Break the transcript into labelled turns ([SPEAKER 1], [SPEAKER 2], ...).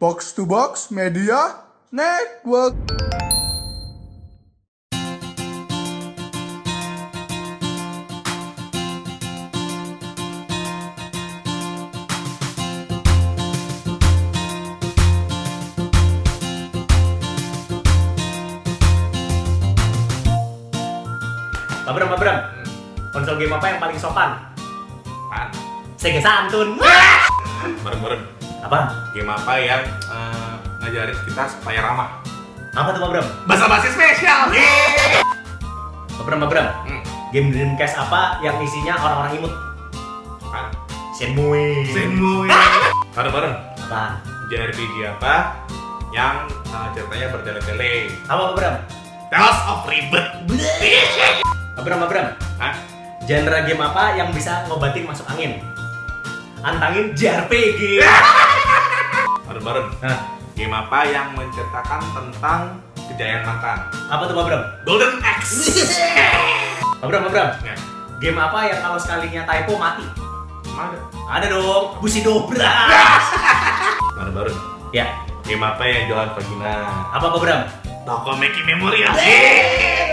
[SPEAKER 1] Box to Box Media Network.
[SPEAKER 2] Abram, Abram. Konsol game apa yang paling sopan?
[SPEAKER 3] Apaan?
[SPEAKER 2] Sega Santun.
[SPEAKER 3] Kan? Merem-merem.
[SPEAKER 2] Apa?
[SPEAKER 3] Game apa yang eh, ngajarin kita supaya ramah?
[SPEAKER 2] Apa tuh Abram?
[SPEAKER 3] Bahasa basi spesial. Yeay.
[SPEAKER 2] Abram, Abram.
[SPEAKER 3] Hmm.
[SPEAKER 2] Game Dreamcast apa yang isinya orang-orang imut?
[SPEAKER 3] Apaan?
[SPEAKER 2] Shenmue.
[SPEAKER 3] Senmu kan? Bareng-bareng.
[SPEAKER 2] Apa?
[SPEAKER 3] JRPG apa yang eh, ceritanya bertele-tele?
[SPEAKER 2] Apa Abram?
[SPEAKER 3] Tales of Ribet.
[SPEAKER 2] Abram, Abram.
[SPEAKER 3] Hah?
[SPEAKER 2] Genre game apa yang bisa ngobatin masuk angin? Antangin JRPG.
[SPEAKER 3] Bareng-bareng.
[SPEAKER 2] Nah,
[SPEAKER 3] Game apa yang menceritakan tentang kejayaan makan?
[SPEAKER 2] apa tuh Abram?
[SPEAKER 3] Golden Axe.
[SPEAKER 2] Abram, Abram.
[SPEAKER 3] Ya,
[SPEAKER 2] Game apa yang kalau sekalinya typo mati?
[SPEAKER 3] mana?
[SPEAKER 2] Ada dong, busi dobra.
[SPEAKER 3] Bareng-bareng.
[SPEAKER 2] ya,
[SPEAKER 3] Game apa yang jualan vagina?
[SPEAKER 2] apa Abram?
[SPEAKER 3] Toko Meki Memorial.
[SPEAKER 2] Yeay.